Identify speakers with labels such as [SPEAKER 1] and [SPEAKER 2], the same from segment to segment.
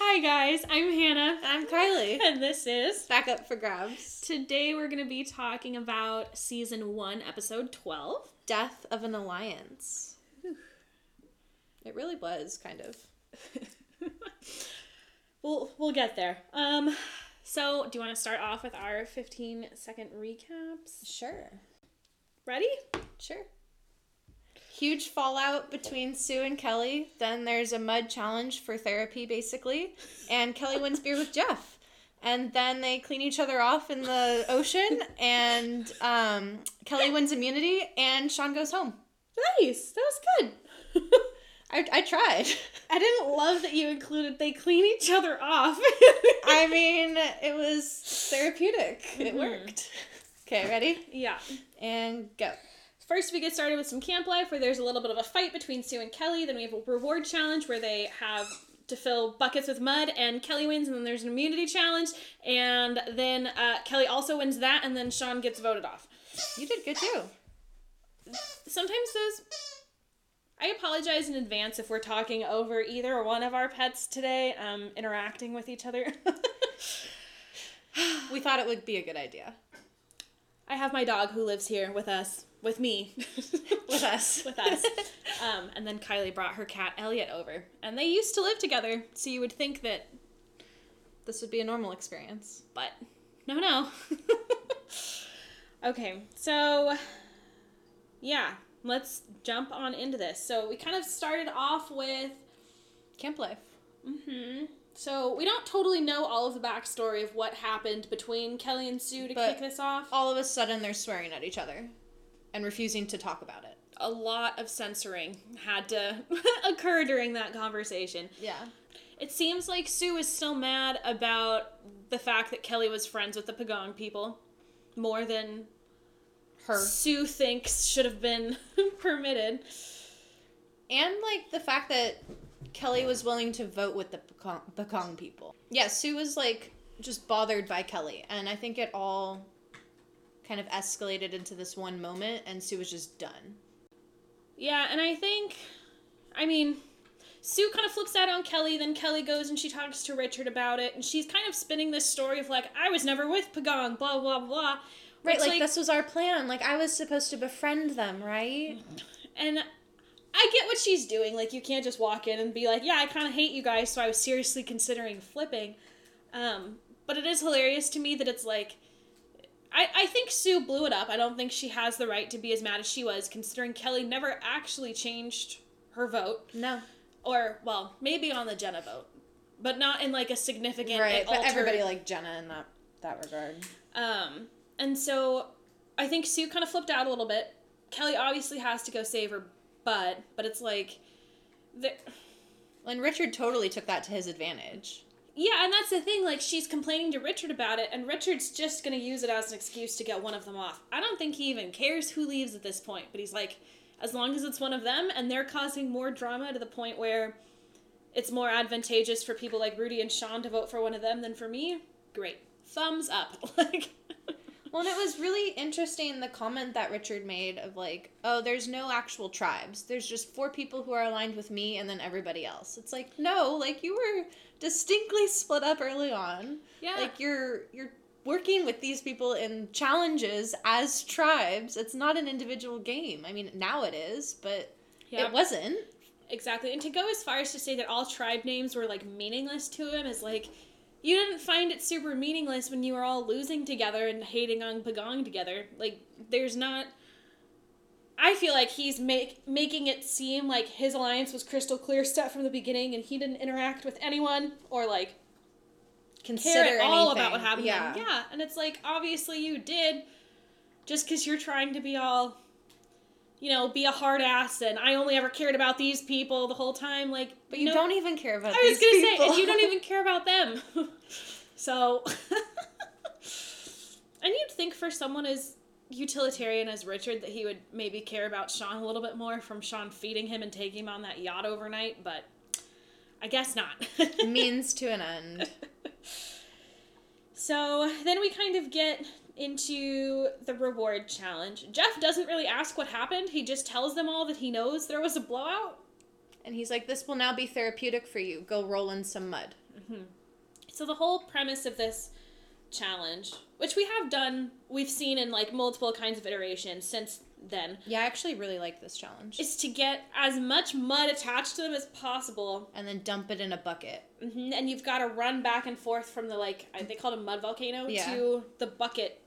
[SPEAKER 1] Hi guys, I'm Hannah.
[SPEAKER 2] I'm Kylie.
[SPEAKER 1] And this is.
[SPEAKER 2] Back up for grabs.
[SPEAKER 1] Today we're going to be talking about season 1, episode 12.
[SPEAKER 2] Death of an alliance. It really was kind of.
[SPEAKER 1] We'll we'll get there. Um so, do you want to start off with our 15 second recaps?
[SPEAKER 2] Sure.
[SPEAKER 1] Ready?
[SPEAKER 2] Sure. Huge fallout between Sue and Kelly. Then there's a mud challenge for therapy, basically. And Kelly wins beer with Jeff. And then they clean each other off in the ocean. And um, Kelly wins immunity. And Sean goes home.
[SPEAKER 1] Nice. That was good.
[SPEAKER 2] I, I tried.
[SPEAKER 1] I didn't love that you included they clean each other off.
[SPEAKER 2] I mean, it was therapeutic. It
[SPEAKER 1] Mhm.
[SPEAKER 2] worked. Okay, ready?
[SPEAKER 1] yeah.
[SPEAKER 2] And go.
[SPEAKER 1] First, we get started with some camp life where there's a little bit of a fight between Sue and Kelly. Then we have a reward challenge where they have to fill buckets with mud, and Kelly wins. And then there's an immunity challenge, and then uh, Kelly also wins that, and then Sean gets voted off.
[SPEAKER 2] You did good too.
[SPEAKER 1] Sometimes those. I apologize in advance if we're talking over either one of our pets today, um, interacting with each other.
[SPEAKER 2] We thought it would be a good idea
[SPEAKER 1] I have my dog who lives here with us, with me,
[SPEAKER 2] with us.
[SPEAKER 1] with us. Um, and then Kylie brought her cat Elliot over, and they used to live together. So you would think that,
[SPEAKER 2] this would be a normal experience.
[SPEAKER 1] but no, no. okay, so yeah, let's jump on into this. So we kind of started off with.
[SPEAKER 2] Camp life.
[SPEAKER 1] hmm So we don't totally know all of the backstory of what happened between Kelly and Sue to
[SPEAKER 2] But-
[SPEAKER 1] kick this off.
[SPEAKER 2] All of a sudden, they're swearing at each other and refusing to talk about it.
[SPEAKER 1] A lot of censoring had to occur during that conversation.
[SPEAKER 2] Yeah.
[SPEAKER 1] It seems like Sue is still mad about the fact that Kelly was friends with the Pagong people more than
[SPEAKER 2] Her.
[SPEAKER 1] Sue thinks should have been permitted.
[SPEAKER 2] And, like, the fact that Kelly was willing to vote with the Pekong, Pekong people. Yeah, Sue was, like, just bothered by Kelly. And I think it all kind of escalated into this one moment, and Sue was just done.
[SPEAKER 1] Yeah, and I think, I mean, Sue kind of flips out on Kelly, then Kelly goes and she talks to Richard about it, and she's kind of spinning this story of like, I was never with Pagong, blah, blah, blah.
[SPEAKER 2] Right,
[SPEAKER 1] It's
[SPEAKER 2] like, this was our plan. Like, I was supposed to befriend them, right?
[SPEAKER 1] And I get what she's doing. Like, you can't just walk in and be like, yeah, I kind of hate you guys, so I was seriously considering flipping. Um, but it is hilarious to me that it's like, I, I think Sue blew it up. I don't think she has the right to be as mad as she was, considering Kelly never actually changed her vote.
[SPEAKER 2] No.
[SPEAKER 1] Or, well, maybe on the Jenna vote, but not in like a significant
[SPEAKER 2] Right,
[SPEAKER 1] it
[SPEAKER 2] but
[SPEAKER 1] altered-
[SPEAKER 2] everybody liked Jenna in that, that regard.
[SPEAKER 1] um, and so I think Sue kind of flipped out a little bit. Kelly obviously has to go save her butt, but it's like, the-
[SPEAKER 2] And Richard totally took that to his advantage.
[SPEAKER 1] yeah, and that's the thing. Like, she's complaining to Richard about it, and Richard's just going to use it as an excuse to get one of them off. I don't think he even cares who leaves at this point, but he's like, as long as it's one of them, and they're causing more drama to the point where it's more advantageous for people like Rudy and Sean to vote for one of them than for me, great. Thumbs up. like,
[SPEAKER 2] Well, and it was really interesting the comment that Richard made of like, "Oh, there's no actual tribes. There's just four people who are aligned with me, and then everybody else." It's like, no, like you were distinctly split up early on.
[SPEAKER 1] yeah.
[SPEAKER 2] Like you're you're working with these people in challenges as tribes. It's not an individual game. I mean, now it is, but
[SPEAKER 1] yeah.
[SPEAKER 2] it wasn't.
[SPEAKER 1] Exactly. And to go as far as to say that all tribe names were like meaningless to him is like you didn't find it super meaningless when you were all losing together and hating on Pagong together. Like there's not I feel like he's make making it seem like his alliance was crystal clear set from the beginning and he didn't interact with anyone or like care
[SPEAKER 2] Consider
[SPEAKER 1] at all
[SPEAKER 2] anything.
[SPEAKER 1] about what happened. to
[SPEAKER 2] Yeah.
[SPEAKER 1] him. Yeah. And it's like obviously you did just because you're trying to be all you know, be a hard ass and I only ever cared about these people the whole time. Like
[SPEAKER 2] But you
[SPEAKER 1] no-
[SPEAKER 2] don't even care about.
[SPEAKER 1] I was
[SPEAKER 2] these
[SPEAKER 1] gonna
[SPEAKER 2] people.
[SPEAKER 1] say, and you don't even care about them. so, and you'd think for someone as utilitarian as Richard that he would maybe care about Sean a little bit more from Sean feeding him and taking him on that yacht overnight, but I guess not.
[SPEAKER 2] means to an end.
[SPEAKER 1] So then we kind of get into the reward challenge. Jeff doesn't really ask what happened. He just tells them all that he knows there was a blowout.
[SPEAKER 2] And he's like, This will now be therapeutic for you. Go roll in some mud.
[SPEAKER 1] So the whole premise of this challenge, which we have done, we've seen in like multiple kinds of iterations since then,
[SPEAKER 2] Yeah, I actually really like this challenge.
[SPEAKER 1] is to get as much mud attached to them as possible,
[SPEAKER 2] and then dump it in a bucket.
[SPEAKER 1] Mhm, and you've got to run back and forth from the like I- they call it a mud volcano
[SPEAKER 2] Yeah.
[SPEAKER 1] to the bucket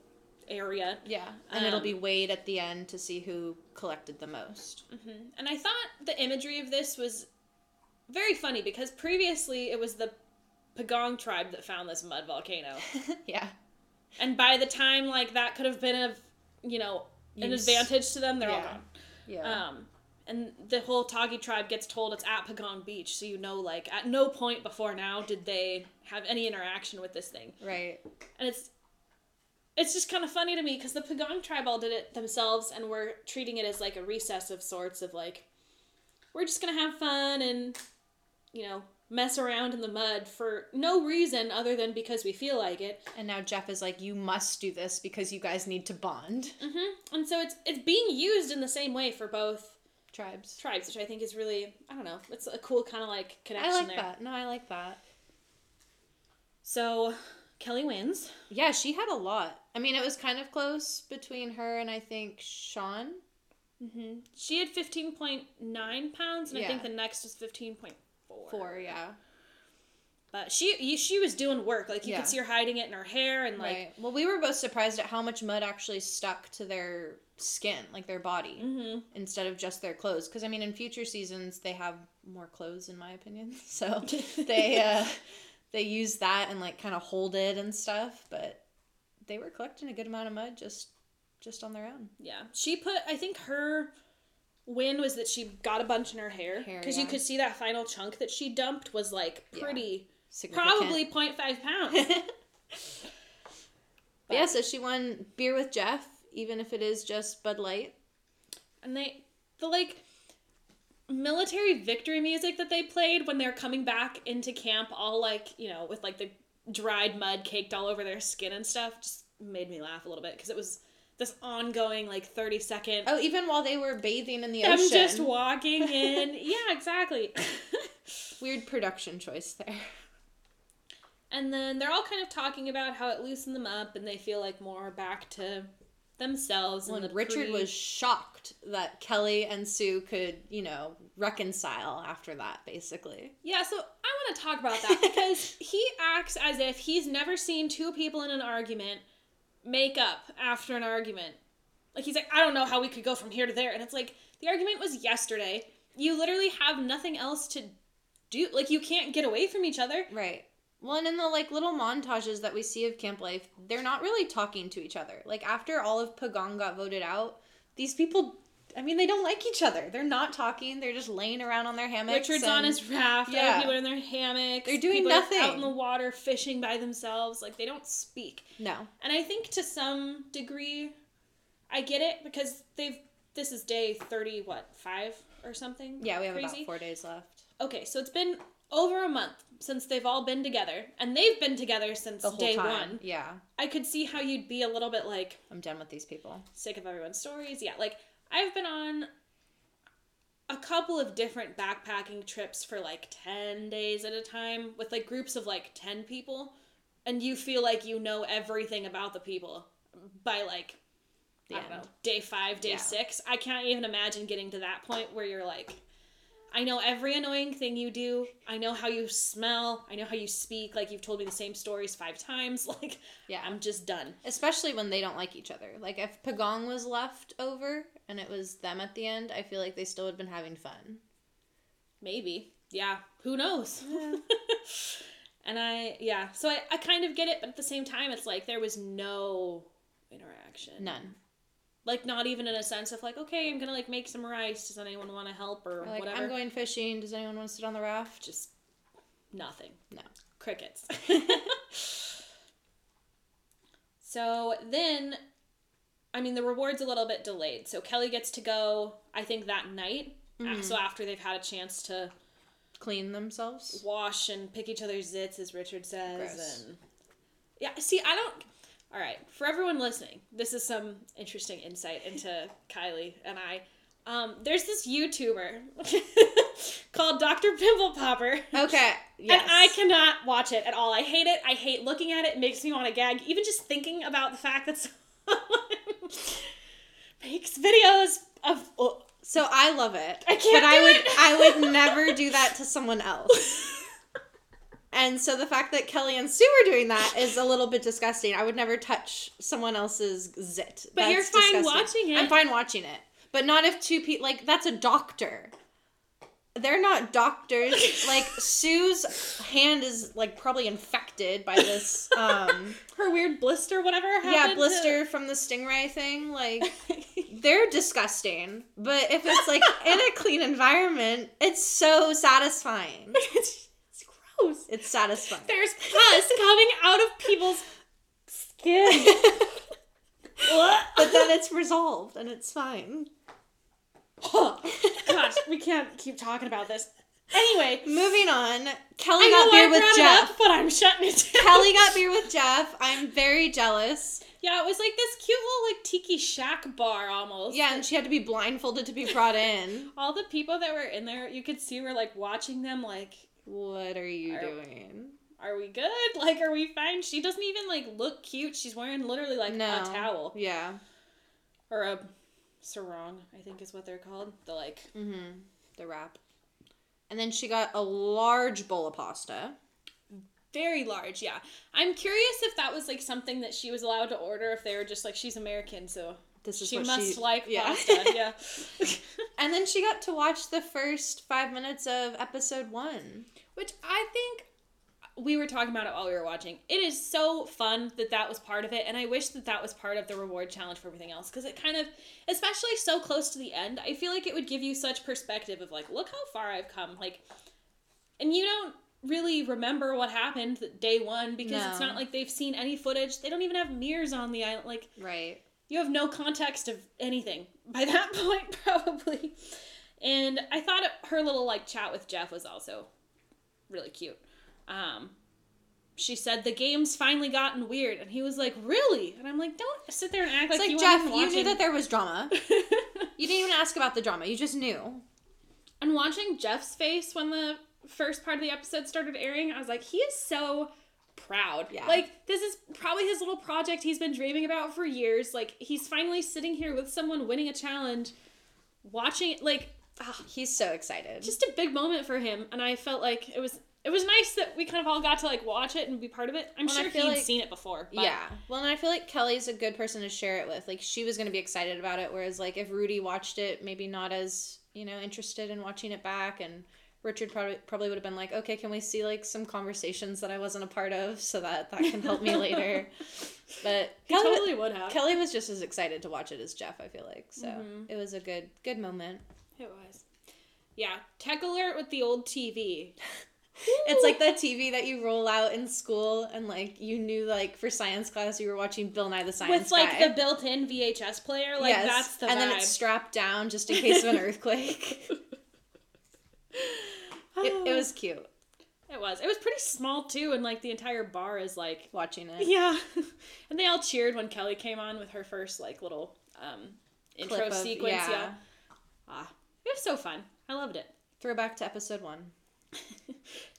[SPEAKER 1] area.
[SPEAKER 2] Yeah. And it'll
[SPEAKER 1] Um,
[SPEAKER 2] be weighed at the end to see who collected the most.
[SPEAKER 1] hmm And I thought the imagery of this was very funny because previously it was the Pagong tribe that found this mud volcano.
[SPEAKER 2] yeah.
[SPEAKER 1] and by the time like that could have been of you know an
[SPEAKER 2] Use.
[SPEAKER 1] advantage to them they're
[SPEAKER 2] Yeah.
[SPEAKER 1] all gone
[SPEAKER 2] Yeah.
[SPEAKER 1] um and the whole Tagi tribe gets told it's at Pagong Beach, so you know, like, at no point before now did they have any interaction with this thing.
[SPEAKER 2] right.
[SPEAKER 1] And it's it's just kind of funny to me because the Pagong tribe all did it themselves, and we're treating it as like a recess of sorts of like, we're just gonna have fun and, you know, mess around in the mud for no reason other than because we feel like it.
[SPEAKER 2] And now Jeff is like, you must do this because you guys need to bond. Mm-hmm.
[SPEAKER 1] hmm And so it's it's being used in the same way for both
[SPEAKER 2] Tribes.
[SPEAKER 1] tribes, which I think is really I don't know. It's a cool kind of like connection
[SPEAKER 2] I like
[SPEAKER 1] there.
[SPEAKER 2] that. No, I like that.
[SPEAKER 1] So Kelly wins.
[SPEAKER 2] Yeah, she had a lot. I mean, it was kind of close between her and I think Sean.
[SPEAKER 1] Mm-hmm. She had fifteen point nine pounds, and I think
[SPEAKER 2] Yeah.
[SPEAKER 1] the next is fifteen point four.
[SPEAKER 2] Four, yeah.
[SPEAKER 1] But she you- she was doing work. Like you
[SPEAKER 2] Yeah.
[SPEAKER 1] could see her hiding it in her hair and like.
[SPEAKER 2] right. Well, we were both surprised at how much mud actually stuck to their skin, like their body,
[SPEAKER 1] hmm
[SPEAKER 2] instead of just their clothes. Because I mean, in future seasons, they have more clothes, in my opinion. So they uh, they use that and like kind of hold it and stuff. But they were collecting a good amount of mud just just on their own.
[SPEAKER 1] Yeah, she put. I think her win was that she got a bunch in her hair
[SPEAKER 2] Hair,
[SPEAKER 1] because
[SPEAKER 2] yeah.
[SPEAKER 1] you could see that final chunk that she dumped was like
[SPEAKER 2] Yeah.
[SPEAKER 1] pretty,
[SPEAKER 2] Significant.
[SPEAKER 1] probably 0.5 pounds.
[SPEAKER 2] But yeah, so she won beer with Jeff, even if it is just Bud Light.
[SPEAKER 1] And they, the like military victory music that they played when they're coming back into camp, all like, you know, with like the dried mud caked all over their skin and stuff, just made me laugh a little bit because it was this ongoing like 30 second.
[SPEAKER 2] Oh, even while they were bathing in the
[SPEAKER 1] I'm
[SPEAKER 2] ocean.
[SPEAKER 1] just walking in. yeah, exactly.
[SPEAKER 2] Weird production choice there.
[SPEAKER 1] and then they're all kind of talking about how it loosened them up and they feel like more back to themselves.
[SPEAKER 2] When
[SPEAKER 1] and the
[SPEAKER 2] Richard
[SPEAKER 1] pre-
[SPEAKER 2] was shocked that Kelly and Sue could, you know, reconcile after that, basically.
[SPEAKER 1] Yeah, so I want to talk about that because he acts as if he's never seen two people in an argument make up after an argument. Like he's like, I don't know how we could go from here to there, and it's like the argument was yesterday. You literally have nothing else to do. Like you can't get away from each other.
[SPEAKER 2] Right. Well, and in the like little montages that we see of camp life, they're not really talking to each other. Like after all of Pagong got voted out, these people, I mean, they don't like each other. They're not talking. They're just laying around on their hammocks.
[SPEAKER 1] Richard's on
[SPEAKER 2] and-
[SPEAKER 1] his raft.
[SPEAKER 2] Yeah.
[SPEAKER 1] Other people are in their hammocks.
[SPEAKER 2] They're doing
[SPEAKER 1] people are Out
[SPEAKER 2] nothing.
[SPEAKER 1] in the water, fishing by themselves. Like they don't speak.
[SPEAKER 2] No.
[SPEAKER 1] And I think to some degree, I get it because they've. This is day thirty, what five or something?
[SPEAKER 2] Yeah, we have
[SPEAKER 1] Crazy.
[SPEAKER 2] about four days left.
[SPEAKER 1] Okay, so it's been over a month since they've all been together, and they've been together since
[SPEAKER 2] The whole
[SPEAKER 1] day
[SPEAKER 2] time.
[SPEAKER 1] one.
[SPEAKER 2] Yeah,
[SPEAKER 1] I could see how you'd be a little bit like
[SPEAKER 2] I'm done with these people.
[SPEAKER 1] sick of everyone's stories. Yeah, like I've been on a couple of different backpacking trips for like 10 days at a time with like groups of like 10 people and you feel like you know everything about the people by like
[SPEAKER 2] The
[SPEAKER 1] I don't
[SPEAKER 2] end.
[SPEAKER 1] know, day 5, day
[SPEAKER 2] Yeah.
[SPEAKER 1] 6. I can't even imagine getting to that point where you're like I know every annoying thing you do. I know how you smell. I know how you speak. Like you've told me the same stories 5 times. Like
[SPEAKER 2] Yeah.
[SPEAKER 1] I'm just done.
[SPEAKER 2] Especially when they don't like each other. Like if Pagong was left over and it was them at the end, I feel like they still would have been having fun.
[SPEAKER 1] Maybe. Yeah. Who knows? and I, yeah. So I, I kind of get it, but at the same time, it's like there was no interaction.
[SPEAKER 2] None.
[SPEAKER 1] Like, not even in a sense of like, okay, I'm going to like make some rice. Does anyone want to help or
[SPEAKER 2] Or like
[SPEAKER 1] whatever?
[SPEAKER 2] I'm going fishing. Does anyone want to sit on the raft?
[SPEAKER 1] Just nothing.
[SPEAKER 2] No.
[SPEAKER 1] Crickets. so then, I mean, the reward's a little bit delayed. So Kelly gets to go, I think, that night.
[SPEAKER 2] Mhm.
[SPEAKER 1] So after they've had a chance to
[SPEAKER 2] Clean themselves.
[SPEAKER 1] wash and pick each other's zits, as Richard says.
[SPEAKER 2] Gross.
[SPEAKER 1] And yeah, see, I don't. All right, for everyone listening, this is some interesting insight into Kylie and I. Um, there's this YouTuber called Dr. Pimple Popper.
[SPEAKER 2] Okay. Oh, Yes.
[SPEAKER 1] And I cannot watch it at all. I hate it. I hate looking at it. It makes me want to gag. Even just thinking about the fact that someone makes videos of. oh,
[SPEAKER 2] So I love it.
[SPEAKER 1] I can't
[SPEAKER 2] But I
[SPEAKER 1] do
[SPEAKER 2] would
[SPEAKER 1] it.
[SPEAKER 2] I would never do that to someone else. And so the fact that Kelly and Sue are doing that is a little bit disgusting. I would never touch someone else's zit.
[SPEAKER 1] But you're fine watching it.
[SPEAKER 2] I'm fine watching it. But not if two people like that's a doctor. They're not doctors. like Sue's hand is like probably infected by this um
[SPEAKER 1] her weird blister, whatever.
[SPEAKER 2] yeah,
[SPEAKER 1] happened to-
[SPEAKER 2] blister from the stingray thing like they're disgusting, but if it's like in a clean environment, it's so satisfying.
[SPEAKER 1] it's, it's gross.
[SPEAKER 2] It's satisfying.
[SPEAKER 1] There's pus coming out of people's skin.
[SPEAKER 2] but then it's resolved and it's fine.
[SPEAKER 1] Gosh, we can't keep talking about this. Anyway,
[SPEAKER 2] Moving on,
[SPEAKER 1] I
[SPEAKER 2] Kelly
[SPEAKER 1] know
[SPEAKER 2] got
[SPEAKER 1] I
[SPEAKER 2] beer
[SPEAKER 1] brought
[SPEAKER 2] with
[SPEAKER 1] it
[SPEAKER 2] Jeff.
[SPEAKER 1] up, but I'm shutting it down.
[SPEAKER 2] Kelly got beer with Jeff. I'm very jealous.
[SPEAKER 1] Yeah, it was like this cute little like tiki shack bar almost.
[SPEAKER 2] Yeah, and she had to be blindfolded to be brought in.
[SPEAKER 1] All the people that were in there, you could see were like watching them like,
[SPEAKER 2] What are you
[SPEAKER 1] Are-
[SPEAKER 2] doing?
[SPEAKER 1] are we good? Like, are we fine? She doesn't even like look cute. She's wearing literally like
[SPEAKER 2] No.
[SPEAKER 1] a towel
[SPEAKER 2] Yeah.
[SPEAKER 1] or a sarong, I think is what they're called. The like
[SPEAKER 2] Mm-hmm. The wrap. And then she got a large bowl of pasta.
[SPEAKER 1] very large, yeah. I'm curious if that was like something that she was allowed to order if they were just like she's American, so
[SPEAKER 2] This is
[SPEAKER 1] she
[SPEAKER 2] what
[SPEAKER 1] must
[SPEAKER 2] she,
[SPEAKER 1] like
[SPEAKER 2] yeah.
[SPEAKER 1] pasta. Yeah.
[SPEAKER 2] And then she got to watch the first five minutes of episode one.
[SPEAKER 1] Which I think we were talking about it while we were watching. It is so fun that that was part of it, and I wish that that was part of the reward challenge for everything else because it kind of, especially so close to the end, I feel like it would give you such perspective of like, look how far I've come, like, and you don't really remember what happened th- day one because it's
[SPEAKER 2] No.
[SPEAKER 1] not like they've seen any footage. They don't even have mirrors on the island, like
[SPEAKER 2] Right.
[SPEAKER 1] you have no context of anything by that point probably and i thought it, her little like chat with jeff was also really cute um she said the game's finally gotten weird and he was like really and i'm like don't sit there and act
[SPEAKER 2] It's
[SPEAKER 1] like,
[SPEAKER 2] like,
[SPEAKER 1] you
[SPEAKER 2] Jeff,
[SPEAKER 1] weren't
[SPEAKER 2] you
[SPEAKER 1] watching.
[SPEAKER 2] knew that there was drama. You didn't even ask about the drama. You just knew.
[SPEAKER 1] and watching jeff's face when the first part of the episode started airing i was like he is so proud
[SPEAKER 2] Yeah.
[SPEAKER 1] like this is probably his little project he's been dreaming about for years like he's finally sitting here with someone winning a challenge watching like
[SPEAKER 2] He's so excited.
[SPEAKER 1] Ah. just a big moment for him and i felt like it was it was nice that we kind of all got to like watch it and be part of it i'm
[SPEAKER 2] Well, I
[SPEAKER 1] sure he'd
[SPEAKER 2] feel like-
[SPEAKER 1] seen it before but
[SPEAKER 2] yeah. Well, and I feel like Kelly's a good person to share it with. Like she was going to be excited about it, whereas like if Rudy watched it, maybe not as you know interested in watching it back, and Richard probably probably would have been like, okay, can we see like some conversations that I wasn't a part of, so that that can help me later. But
[SPEAKER 1] he
[SPEAKER 2] Kelly-
[SPEAKER 1] totally would have
[SPEAKER 2] Kelly was just as excited to watch it as Jeff, I feel like. So
[SPEAKER 1] Mhm.
[SPEAKER 2] it was a good good moment.
[SPEAKER 1] it was yeah tech alert with the old tv
[SPEAKER 2] It's like that TV that you roll out in school and like you knew like for science class you were watching Bill Nye the Science
[SPEAKER 1] with like
[SPEAKER 2] Guy.
[SPEAKER 1] the built-in vhs player like
[SPEAKER 2] Yes,
[SPEAKER 1] that's the
[SPEAKER 2] and
[SPEAKER 1] vibe
[SPEAKER 2] then it's strapped down just in case of an earthquake. it, it was cute
[SPEAKER 1] Oh. it was it was pretty small too and like the entire bar is like
[SPEAKER 2] watching it.
[SPEAKER 1] yeah and they all cheered when kelly came on with her first like little um intro
[SPEAKER 2] Clip of-
[SPEAKER 1] sequence yeah ah it was so fun i loved it
[SPEAKER 2] Throwback to episode one.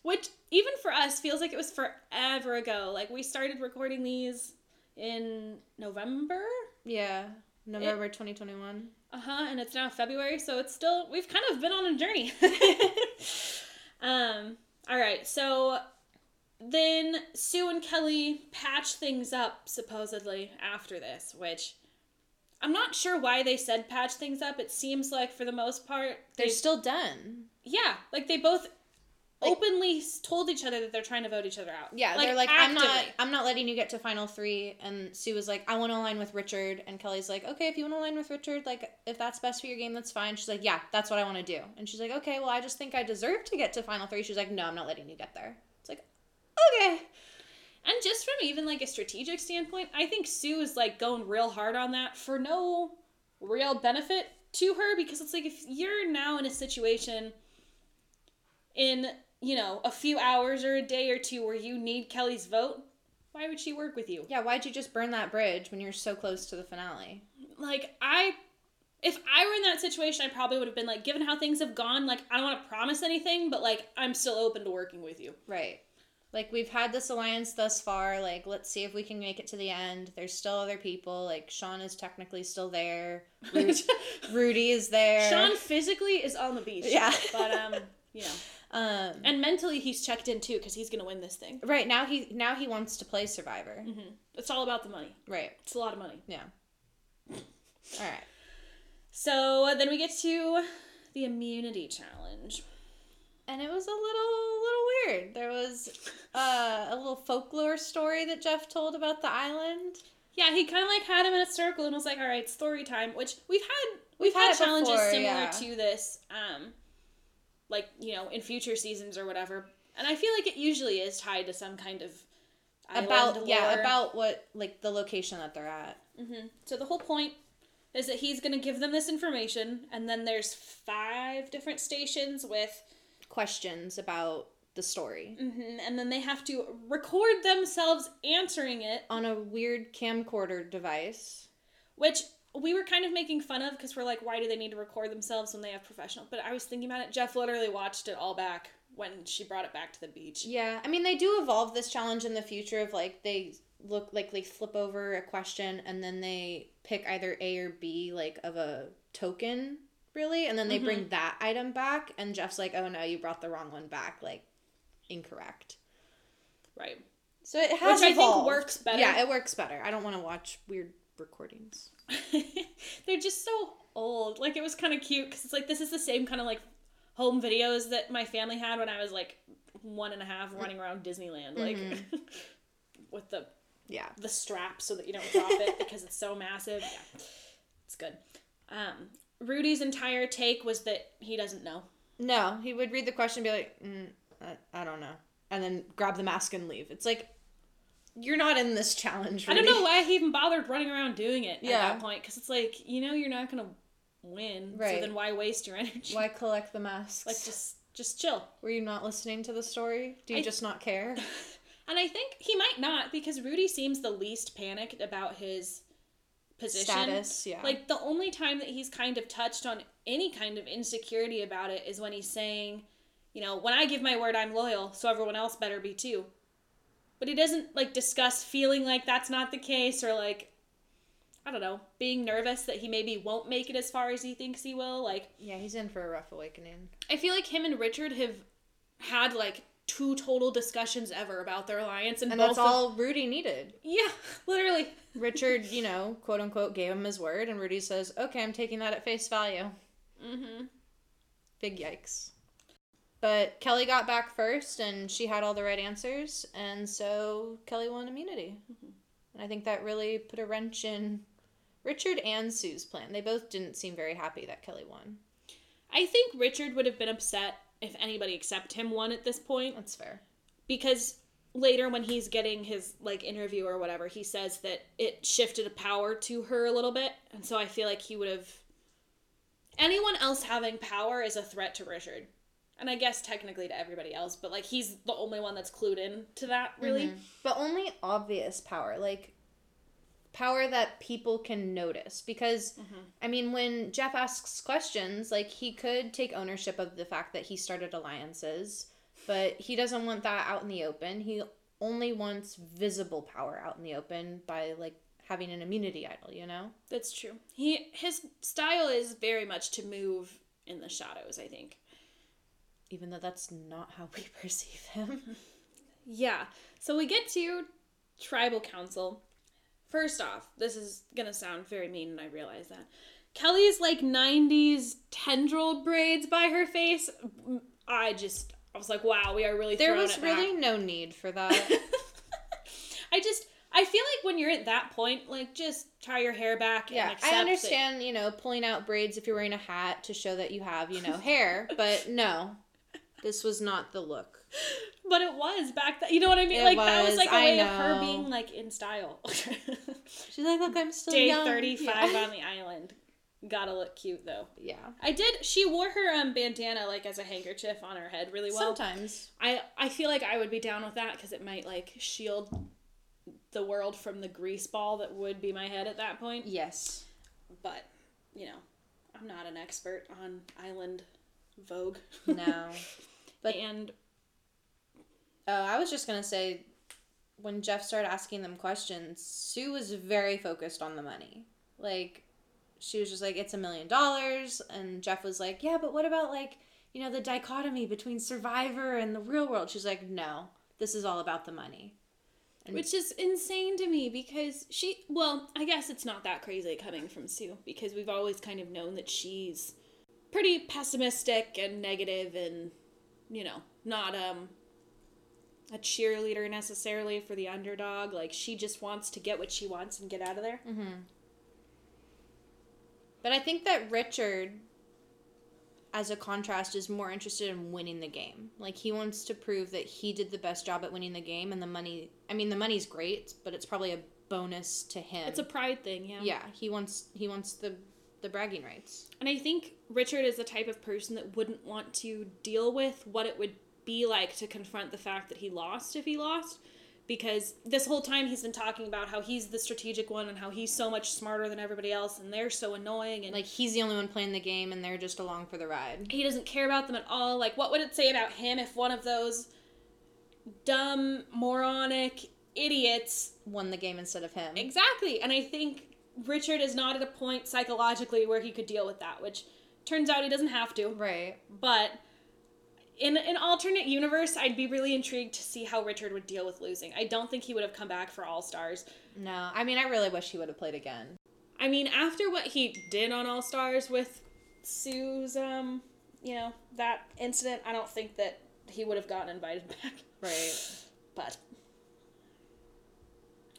[SPEAKER 1] Which even for us feels like it was forever ago. Like we started recording these in November.
[SPEAKER 2] Yeah. November twenty twenty one.
[SPEAKER 1] Uh-huh, and it's now February, so it's still we've kind of been on a journey. um all right. So then Sue and Kelly patch things up supposedly after this, which I'm not sure why they said patch things up. It seems like for the most part they
[SPEAKER 2] They're still done.
[SPEAKER 1] yeah, like they both
[SPEAKER 2] Like-
[SPEAKER 1] openly s- told each other that they're trying to vote each other out.
[SPEAKER 2] Yeah, they're like, I'm not,
[SPEAKER 1] actively.
[SPEAKER 2] I'm not letting you get to final three. And Sue was like, I want to align with Richard. And Kelly's like, okay, if you want to align with Richard, like, if that's best for your game, that's fine. She's like, yeah, that's what I want to do. And she's like, okay, well, I just think I deserve to get to final three. She's like, no, I'm not letting you get there. It's like, okay,
[SPEAKER 1] And just from even like a strategic standpoint, I think Sue is like going real hard on that for no real benefit to her because it's like if you're now in a situation in, you know, a few hours or a day or two where you need Kelly's vote, why would she work with you?
[SPEAKER 2] yeah, why'd you just burn that bridge when you're so close to the finale?
[SPEAKER 1] Like I if I were in that situation, I probably would have been like, given how things have gone, like I don't want to promise anything, but like I'm still open to working with you.
[SPEAKER 2] Right. Like we've had this alliance thus far. Like let's see if we can make it to the end. There's still other people. Like Sean is technically still there. Ru- Rudy is there.
[SPEAKER 1] Sean physically is on the beach.
[SPEAKER 2] Yeah.
[SPEAKER 1] but um, you know,
[SPEAKER 2] Um.
[SPEAKER 1] and mentally he's checked in too because he's gonna win this thing.
[SPEAKER 2] right now he now he wants to play Survivor.
[SPEAKER 1] It's all about the money.
[SPEAKER 2] Right.
[SPEAKER 1] It's a lot of money.
[SPEAKER 2] Yeah. All right.
[SPEAKER 1] So uh, then we get to the immunity challenge.
[SPEAKER 2] And it was a little little weird. There was uh, a little folklore story that Jeff told about the island.
[SPEAKER 1] Yeah, he kind of like had him in a circle and was like, "All right, story time." Which we've had we've,
[SPEAKER 2] We've
[SPEAKER 1] had,
[SPEAKER 2] had it
[SPEAKER 1] challenges
[SPEAKER 2] before,
[SPEAKER 1] similar
[SPEAKER 2] yeah.
[SPEAKER 1] to this, um, like you know, in future seasons or whatever. And I feel like it usually is tied to some kind of island
[SPEAKER 2] about yeah
[SPEAKER 1] lore.
[SPEAKER 2] about what like the location that they're at.
[SPEAKER 1] Mm-hmm. So the whole point is that he's going to give them this information, and then there's five different stations with,
[SPEAKER 2] Questions about the story
[SPEAKER 1] mhm, and then they have to record themselves answering it,
[SPEAKER 2] on a weird camcorder device.
[SPEAKER 1] which we were kind of making fun of because we're like, why do they need to record themselves when they have professional? But I was thinking about it. Jeff literally watched it all back when she brought it back to the beach.
[SPEAKER 2] Yeah, I mean they do evolve this challenge in the future of like they look like they flip over a question and then they pick either A or B like of a token really and then they
[SPEAKER 1] Mm-hmm.
[SPEAKER 2] bring that item back and Jeff's like oh no you brought the wrong one back like incorrect.
[SPEAKER 1] Right.
[SPEAKER 2] So it
[SPEAKER 1] Which
[SPEAKER 2] has
[SPEAKER 1] I think
[SPEAKER 2] evolved.
[SPEAKER 1] works better.
[SPEAKER 2] Yeah, it works better. I don't want to watch weird recordings.
[SPEAKER 1] They're just so old. Like it was kind of cute because it's like this is the same kind of like home videos that my family had when I was like one and a half, running around Disneyland, like with the
[SPEAKER 2] Yeah.
[SPEAKER 1] the strap so that you don't drop it because it's so massive. Yeah, it's good. Um, Rudy's entire take was that he doesn't know.
[SPEAKER 2] No, he would read the question and be like, mm, I, I don't know. And then grab the mask and leave. It's like, you're not in this challenge.
[SPEAKER 1] I don't
[SPEAKER 2] Rudy.
[SPEAKER 1] know why he even bothered running around doing it at
[SPEAKER 2] Yeah.
[SPEAKER 1] that point because it's like you know you're not gonna win, so
[SPEAKER 2] Right.
[SPEAKER 1] then why waste your energy?
[SPEAKER 2] Why collect the masks?
[SPEAKER 1] Like just just chill.
[SPEAKER 2] Were you not listening to the story? Do you
[SPEAKER 1] I-
[SPEAKER 2] just not care?
[SPEAKER 1] And I think he might not because Rudy seems the least panicked about his position.
[SPEAKER 2] Status, yeah.
[SPEAKER 1] Like the only time that he's kind of touched on any kind of insecurity about it is when he's saying, you know, when I give my word, I'm loyal, so everyone else better be too. But he doesn't like discuss feeling like that's not the case or like, I don't know, being nervous that he maybe won't make it as far as he thinks he will. Like,
[SPEAKER 2] yeah, he's in for a rough awakening.
[SPEAKER 1] I feel like him and Richard have had like two total discussions ever about their alliance, and,
[SPEAKER 2] And
[SPEAKER 1] both
[SPEAKER 2] that's
[SPEAKER 1] of-
[SPEAKER 2] all Rudy needed.
[SPEAKER 1] yeah, literally.
[SPEAKER 2] Richard, you know, quote unquote, gave him his word, and Rudy says, okay, I'm taking that at face value.
[SPEAKER 1] Mm-hmm.
[SPEAKER 2] Big yikes. But Kelly got back first, and she had all the right answers, and so Kelly won immunity.
[SPEAKER 1] Mm-hmm.
[SPEAKER 2] And I think that really put a wrench in Richard and Sue's plan. They both didn't seem very happy that Kelly won.
[SPEAKER 1] I think Richard would have been upset if anybody except him won at this point
[SPEAKER 2] That's fair.
[SPEAKER 1] because later when he's getting his like interview or whatever, he says that it shifted a power to her a little bit, and so I feel like he would have. Anyone else having power is a threat to Richard, and I guess technically to everybody else, but like he's the only one that's clued in to that
[SPEAKER 2] Mm-hmm.
[SPEAKER 1] really.
[SPEAKER 2] But only obvious power, like power that people can notice. Because,
[SPEAKER 1] Mm-hmm.
[SPEAKER 2] I mean, when Jeff asks questions, like he could take ownership of the fact that he started alliances, but he doesn't want that out in the open. He only wants visible power out in the open by, like, having an immunity idol, you know?
[SPEAKER 1] That's true. He his style is very much to move in the shadows. I think.
[SPEAKER 2] Even though that's not how we perceive him.
[SPEAKER 1] Yeah. So we get to tribal council. First off, this is going to sound very mean, and I realize that. Kelly's like 90s tendril braids by her face. I just, I was like, wow, we are really
[SPEAKER 2] There
[SPEAKER 1] throwing
[SPEAKER 2] was
[SPEAKER 1] it back.
[SPEAKER 2] really no need for that.
[SPEAKER 1] I just, I feel like when you're at that point, like just tie your hair back. and
[SPEAKER 2] Yeah,
[SPEAKER 1] accept
[SPEAKER 2] I
[SPEAKER 1] that-
[SPEAKER 2] understand, you know, pulling out braids if you're wearing a hat to show that you have, you know, hair, but no, this was not the look.
[SPEAKER 1] But it was back then. You know what I mean?
[SPEAKER 2] It
[SPEAKER 1] like that was
[SPEAKER 2] was,
[SPEAKER 1] like a
[SPEAKER 2] I
[SPEAKER 1] way of her
[SPEAKER 2] know.
[SPEAKER 1] being like in style.
[SPEAKER 2] She's like, look, I'm still
[SPEAKER 1] Day
[SPEAKER 2] young.
[SPEAKER 1] 35
[SPEAKER 2] Yeah.
[SPEAKER 1] on the island. Gotta look cute though.
[SPEAKER 2] Yeah.
[SPEAKER 1] I did. She wore her um bandana like as a handkerchief on her head really well.
[SPEAKER 2] Sometimes.
[SPEAKER 1] I I feel like I would be down with that because it might like shield the world from the grease ball that would be my head at that point.
[SPEAKER 2] Yes.
[SPEAKER 1] But you know, I'm not an expert on island vogue.
[SPEAKER 2] No. But-
[SPEAKER 1] and
[SPEAKER 2] Oh, I was just gonna say, when Jeff started asking them questions, Sue was very focused on the money. Like, she was just like, "It's a million dollars," and Jeff was like, "Yeah, but what about like, you know, the dichotomy between Survivor and the real world?" She's like, "No, this is all about the money." And-
[SPEAKER 1] which is insane to me because she well, I guess it's not that crazy coming from Sue because we've always kind of known that she's pretty pessimistic and negative and you know, not um a cheerleader necessarily for the underdog. Like she just wants to get what she wants and get out of there.
[SPEAKER 2] Mm-hmm. But I think that Richard, as a contrast, is more interested in winning the game. Like he wants to prove that he did the best job at winning the game, and the money. I mean, the money's great, but it's probably a bonus to him.
[SPEAKER 1] It's a pride thing, yeah.
[SPEAKER 2] yeah. He wants he wants the the bragging rights.
[SPEAKER 1] And I think Richard is the type of person that wouldn't want to deal with what it would be like to confront the fact that he lost if he lost. Because this whole time he's been talking about how he's the strategic one and how he's so much smarter than everybody else and they're so annoying and
[SPEAKER 2] Like he's the only one playing the game, and they're just along for the ride.
[SPEAKER 1] he doesn't care about them at all. Like, what would it say about him if one of those dumb, moronic idiots
[SPEAKER 2] Won the game instead of him.
[SPEAKER 1] Exactly. And I think Richard is not at a point psychologically where he could deal with that, which turns out he doesn't have to.
[SPEAKER 2] Right.
[SPEAKER 1] But in an alternate universe, I'd be really intrigued to see how Richard would deal with losing. I don't think he would have come back for All Stars.
[SPEAKER 2] No, I mean, I really wish he would have played again.
[SPEAKER 1] I mean, after what he did on All Stars with Sue's, um, you know, that incident, I don't think that he would have gotten invited back.
[SPEAKER 2] Right.
[SPEAKER 1] But.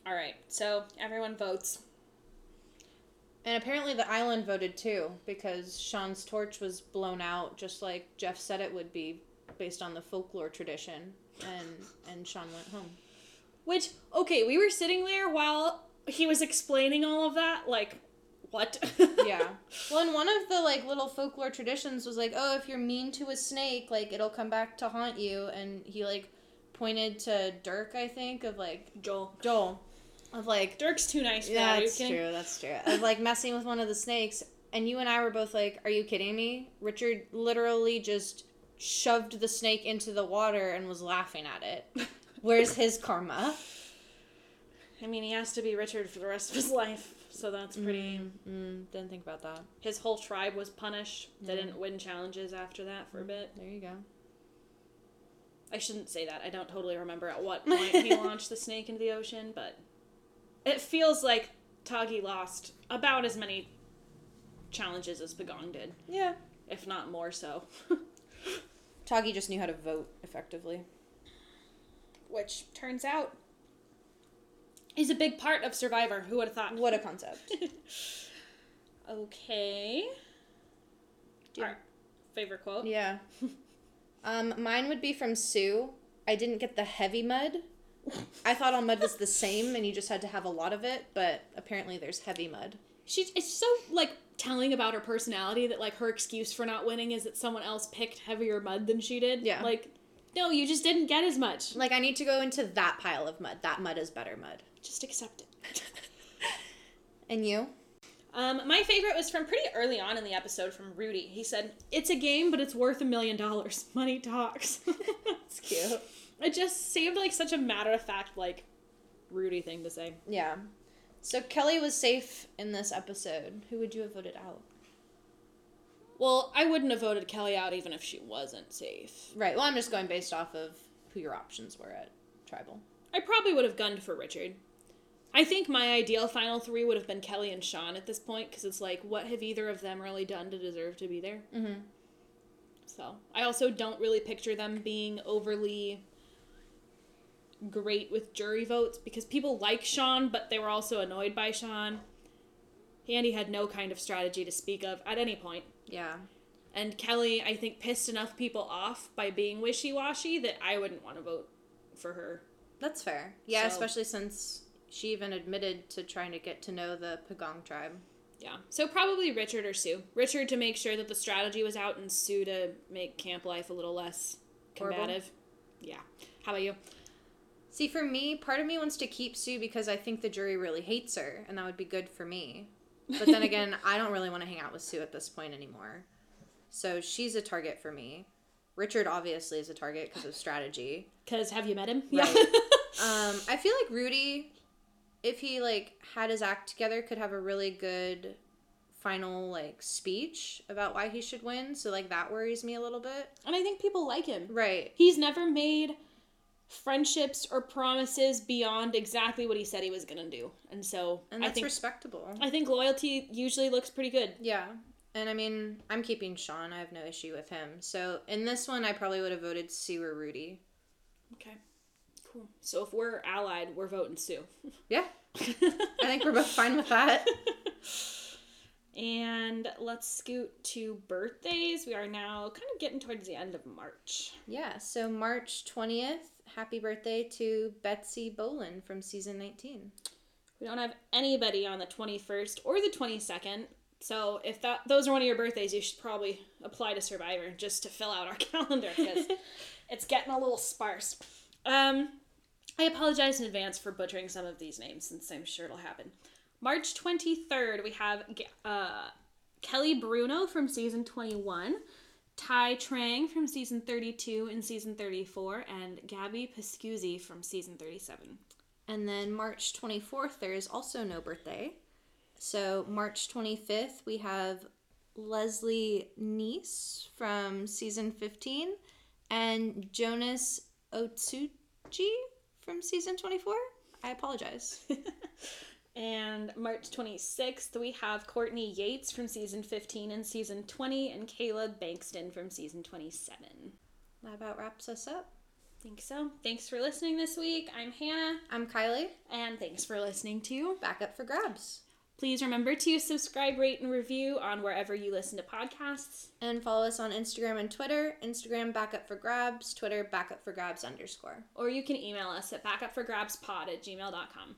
[SPEAKER 1] All right, so everyone votes.
[SPEAKER 2] And apparently the island voted too because Sean's torch was blown out just like Jeff said it would be based on the folklore tradition and and Sean went home.
[SPEAKER 1] Which, okay, we were sitting there while he was explaining all of that, like, what?
[SPEAKER 2] Yeah. well, and one of the like little folklore traditions was like, "Oh, if you're mean to a snake, like it'll come back to haunt you." And he like pointed to Dirk, I think, of like
[SPEAKER 1] Joel.
[SPEAKER 2] Joel of like
[SPEAKER 1] Dirk's too nice for that.
[SPEAKER 2] Yeah,
[SPEAKER 1] Are you
[SPEAKER 2] that's
[SPEAKER 1] kidding?
[SPEAKER 2] true. That's true. Of like messing with one of the snakes, and you and I were both like, "Are you kidding me?" Richard literally just shoved the snake into the water and was laughing at it. Where's his karma?
[SPEAKER 1] I mean, he has to be Richard for the rest of his life, so that's pretty.
[SPEAKER 2] Mm, didn't think about that.
[SPEAKER 1] His whole tribe was punished. They didn't win challenges after that for a bit.
[SPEAKER 2] There you go.
[SPEAKER 1] I shouldn't say that. I don't totally remember at what point he launched the snake into the ocean, but it feels like Toggy lost about as many challenges as Pagong did,
[SPEAKER 2] Yeah.
[SPEAKER 1] if not more so.
[SPEAKER 2] Toggy just knew how to vote effectively.
[SPEAKER 1] which turns out is a big part of Survivor. Who would have thought?
[SPEAKER 2] What a concept.
[SPEAKER 1] Okay.
[SPEAKER 2] Dude.
[SPEAKER 1] Our favorite quote.
[SPEAKER 2] Yeah. Um, mine would be from Sue. I didn't get the heavy mud. I thought all mud was the same, and you just had to have a lot of it. But apparently, there's heavy mud.
[SPEAKER 1] She's it's so like telling about her personality that like her excuse for not winning is that someone else picked heavier mud than she did.
[SPEAKER 2] Yeah.
[SPEAKER 1] Like, no, you just didn't get as much.
[SPEAKER 2] Like I need to go into that pile of mud. That mud is better mud.
[SPEAKER 1] Just accept it.
[SPEAKER 2] And you?
[SPEAKER 1] Um, my favorite was from pretty early on in the episode from Rudy. He said, "It's a game, but it's worth a million dollars. Money talks."
[SPEAKER 2] It's cute.
[SPEAKER 1] It just seemed like such a matter of fact, like Rudy thing to say.
[SPEAKER 2] Yeah. So Kelly was safe in this episode. Who would you have voted out?
[SPEAKER 1] Well, I wouldn't have voted Kelly out even if she wasn't safe.
[SPEAKER 2] Right. Well, I'm just going based off of who your options were at tribal.
[SPEAKER 1] I probably would have gunned for Richard. I think my ideal final three would have been Kelly and Sean at this point because it's like, what have either of them really done to deserve to be there?
[SPEAKER 2] Mhm.
[SPEAKER 1] So I also don't really picture them being overly great with jury votes because people like Sean, but they were also annoyed by Sean. Andy had no kind of strategy to speak of at any point.
[SPEAKER 2] Yeah.
[SPEAKER 1] And Kelly, I think, pissed enough people off by being wishy washy that I wouldn't want to vote for her.
[SPEAKER 2] That's fair. Yeah,
[SPEAKER 1] So-
[SPEAKER 2] especially since she even admitted to trying to get to know the Pagong tribe.
[SPEAKER 1] Yeah. So probably Richard or Sue. Richard to make sure that the strategy was out, and Sue to make camp life a little less
[SPEAKER 2] Horrible.
[SPEAKER 1] combative. Yeah. How about you?
[SPEAKER 2] See, for me, part of me wants to keep Sue because I think the jury really hates her, and that would be good for me. But then again, I don't really want to hang out with Sue at this point anymore. So she's a target for me. Richard obviously is a target because of strategy.
[SPEAKER 1] Because have you met him?
[SPEAKER 2] Right. Um, I feel like Rudy, if he like had his act together, could have a really good final like speech about why he should win. So like that worries me a little bit.
[SPEAKER 1] and I think people like him.
[SPEAKER 2] Right.
[SPEAKER 1] He's never made friendships or promises beyond exactly what he said he was gonna do, and so
[SPEAKER 2] And
[SPEAKER 1] I
[SPEAKER 2] that's
[SPEAKER 1] think
[SPEAKER 2] respectable.
[SPEAKER 1] I think loyalty usually looks pretty good.
[SPEAKER 2] Yeah. And I mean, I'm keeping Sean. I have no issue with him. So in this one, I probably would have voted Sue or Rudy.
[SPEAKER 1] Okay, cool. So if we're allied, we're voting Sue.
[SPEAKER 2] Yeah. I think we're both fine with that.
[SPEAKER 1] And let's scoot to birthdays. We are now kind of getting towards the end of March.
[SPEAKER 2] Yeah. So March 20th, happy birthday to Betsy Bolin from season 19.
[SPEAKER 1] We don't have anybody on the 21st or the 22nd. So if that those are one of your birthdays, you should probably apply to Survivor just to fill out our calendar because it's getting a little sparse. Um, I apologize in advance for butchering some of these names since I'm sure it'll happen. March 23rd, we have uh, Kelly Bruno from season 21, Ty Trang from season 32 and season 34, and Gabby Pescuzzi from season 37.
[SPEAKER 2] And then March 24th, there is also no birthday. So March 25th, we have Leslie Nice from season 15 and Jonas Otsuchi from season 24. I apologize.
[SPEAKER 1] And March 26th, we have Courtney Yates from season 15 and season 20, and Caleb Bankston from season 27.
[SPEAKER 2] that about wraps us up.
[SPEAKER 1] Think so. Thanks for listening this week. I'm Hannah,
[SPEAKER 2] I'm Kylie,
[SPEAKER 1] and thanks for listening too.
[SPEAKER 2] back up for grabs.
[SPEAKER 1] Please remember to subscribe, rate, and review on wherever you listen to podcasts.
[SPEAKER 2] And follow us on Instagram and Twitter. Instagram back up for grabs, Twitter back up for grabs underscore.
[SPEAKER 1] Or you can email us at backupforgrabspod at gmail.com.